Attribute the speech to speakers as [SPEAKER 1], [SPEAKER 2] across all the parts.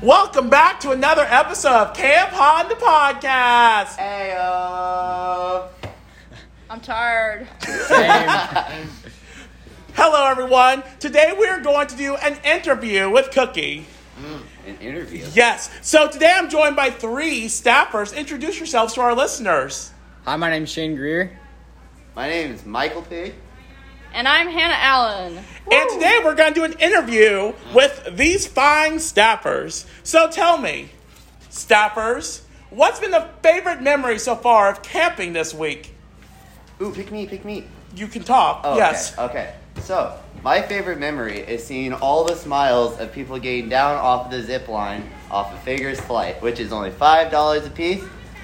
[SPEAKER 1] Welcome back to another episode of Camp Honda Podcast.
[SPEAKER 2] Ayo.
[SPEAKER 3] I'm tired.
[SPEAKER 1] Hello, everyone. Today we are going to do an interview with Cookie.
[SPEAKER 2] Mm, An interview.
[SPEAKER 1] Yes. So today I'm joined by three staffers. Introduce yourselves to our listeners.
[SPEAKER 4] Hi, Uh, my name's Shane Greer.
[SPEAKER 2] My name is Michael P.
[SPEAKER 3] And I'm Hannah Allen.
[SPEAKER 1] And today we're going to do an interview with these fine staffers. So tell me, staffers, what's been the favorite memory so far of camping this week?
[SPEAKER 2] Ooh, pick me, pick me.
[SPEAKER 1] You can talk.
[SPEAKER 2] Oh,
[SPEAKER 1] yes.
[SPEAKER 2] Okay. okay. So, my favorite memory is seeing all the smiles of people getting down off of the zip line off of Figures Flight, which is only $5 a piece,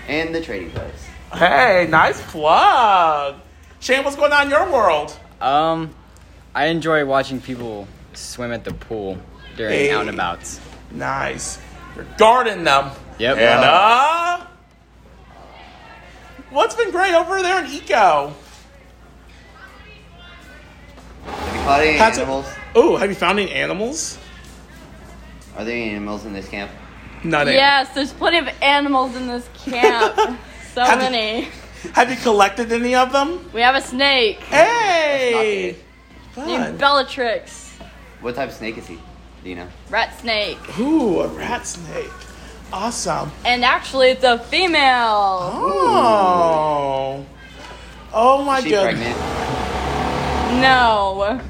[SPEAKER 2] and the trading post.
[SPEAKER 1] Hey, nice plug. Shane, what's going on in your world?
[SPEAKER 4] Um, I enjoy watching people swim at the pool during
[SPEAKER 1] Hey.
[SPEAKER 4] out and abouts.
[SPEAKER 1] Nice. You're guarding them.
[SPEAKER 4] Yep.
[SPEAKER 1] And uh What's been great over there in Eco?
[SPEAKER 2] Have you caught any
[SPEAKER 1] That's it.
[SPEAKER 2] animals?
[SPEAKER 1] Oh, have you found any animals?
[SPEAKER 2] Are there any animals in this camp?
[SPEAKER 1] None.
[SPEAKER 3] Yes, there's plenty of animals in this camp. so
[SPEAKER 1] How did-
[SPEAKER 3] many.
[SPEAKER 1] Have you collected any of them?
[SPEAKER 3] We have a snake
[SPEAKER 1] Hey!
[SPEAKER 3] named
[SPEAKER 1] Fun.
[SPEAKER 3] Bellatrix.
[SPEAKER 2] What type of snake is he? Do you know?
[SPEAKER 3] Rat snake.
[SPEAKER 1] Ooh, a rat snake. Awesome.
[SPEAKER 3] And actually, it's a female.
[SPEAKER 1] Oh. Oh my
[SPEAKER 2] She
[SPEAKER 1] goodness.
[SPEAKER 2] pregnant.
[SPEAKER 3] No.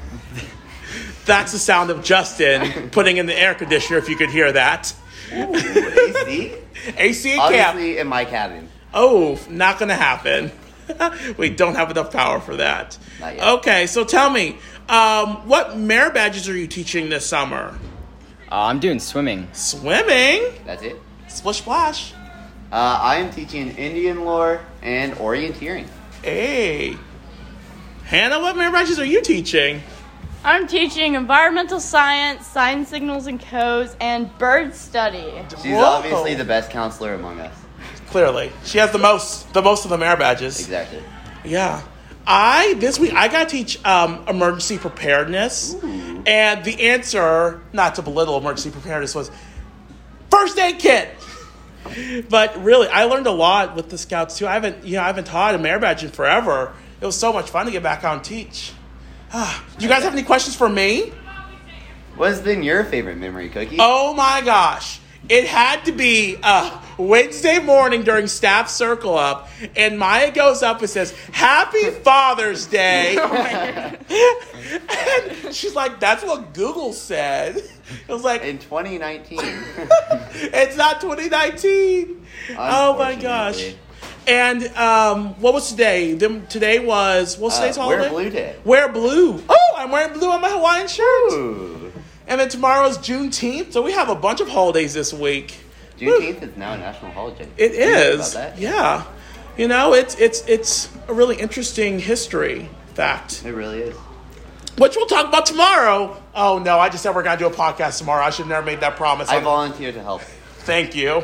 [SPEAKER 1] That's the sound of Justin putting in the air conditioner if you could hear that.
[SPEAKER 2] AC?
[SPEAKER 1] AC at camp.
[SPEAKER 2] Obviously, in my cabin.
[SPEAKER 1] Oh, not gonna happen. we don't have enough power for that.
[SPEAKER 2] Not yet.
[SPEAKER 1] Okay, so tell me, um, what merit badges are you teaching this summer?
[SPEAKER 4] Uh, I'm doing swimming.
[SPEAKER 1] Swimming,
[SPEAKER 2] That's it.
[SPEAKER 1] splish splash.
[SPEAKER 2] Uh, I am teaching Indian lore and orienteering.
[SPEAKER 1] Hey, Hannah, what merit badges are you teaching?
[SPEAKER 3] I'm teaching environmental science, sign signals and codes, and bird study.
[SPEAKER 2] She's
[SPEAKER 1] Whoa.
[SPEAKER 2] obviously the best counselor among us.
[SPEAKER 1] Clearly, she has the most, the most of the merit badges.
[SPEAKER 2] Exactly.
[SPEAKER 1] Yeah. I this week I got to teach um, emergency preparedness, and the answer, not to belittle emergency preparedness, was first aid kit. But really, I learned a lot with the scouts too. I haven't, you know, I haven't taught a merit badge in forever. It was so much fun to get back out and teach. Ah, Do you guys have any questions for me?
[SPEAKER 2] What's been your favorite memory, Cookie?
[SPEAKER 1] Oh my gosh. It had to be uh, Wednesday morning during staff circle up, and Maya goes up and says, Happy Father's Day.
[SPEAKER 2] Oh
[SPEAKER 1] and she's like, That's what Google said. It was like,
[SPEAKER 2] In uh, 2019.
[SPEAKER 1] It's not 2019. Oh my gosh.
[SPEAKER 2] Unfortunately.
[SPEAKER 1] And um, what was today? Them today was what's
[SPEAKER 2] Uh,
[SPEAKER 1] today's
[SPEAKER 2] wear
[SPEAKER 1] holiday?
[SPEAKER 2] blue day.
[SPEAKER 1] Wear blue. Oh, I'm wearing blue on my Hawaiian shirt.
[SPEAKER 2] Ooh.
[SPEAKER 1] And then tomorrow is Juneteenth, so we have a bunch of holidays this week.
[SPEAKER 2] Juneteenth is now a national holiday.
[SPEAKER 1] It
[SPEAKER 2] Did you know
[SPEAKER 1] is,
[SPEAKER 2] about that?
[SPEAKER 1] yeah. You know, it's it's it's a really interesting history fact,
[SPEAKER 2] It really is.
[SPEAKER 1] which we'll talk about tomorrow. Oh no, I just said we're gonna do a podcast tomorrow. I should have never made that promise.
[SPEAKER 2] I volunteer to help.
[SPEAKER 1] Thank you.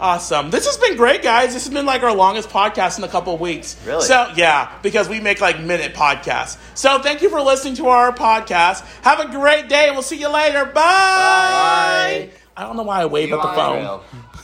[SPEAKER 1] Awesome. This has been great, guys. This has been like our longest podcast in a couple of weeks.
[SPEAKER 2] Really?
[SPEAKER 1] So, yeah, because we make like minute podcasts. So, thank you for listening to our podcast. Have a great day. We'll see you later. Bye.
[SPEAKER 2] Bye.
[SPEAKER 1] I don't know why I wave at the phone.
[SPEAKER 2] Trail.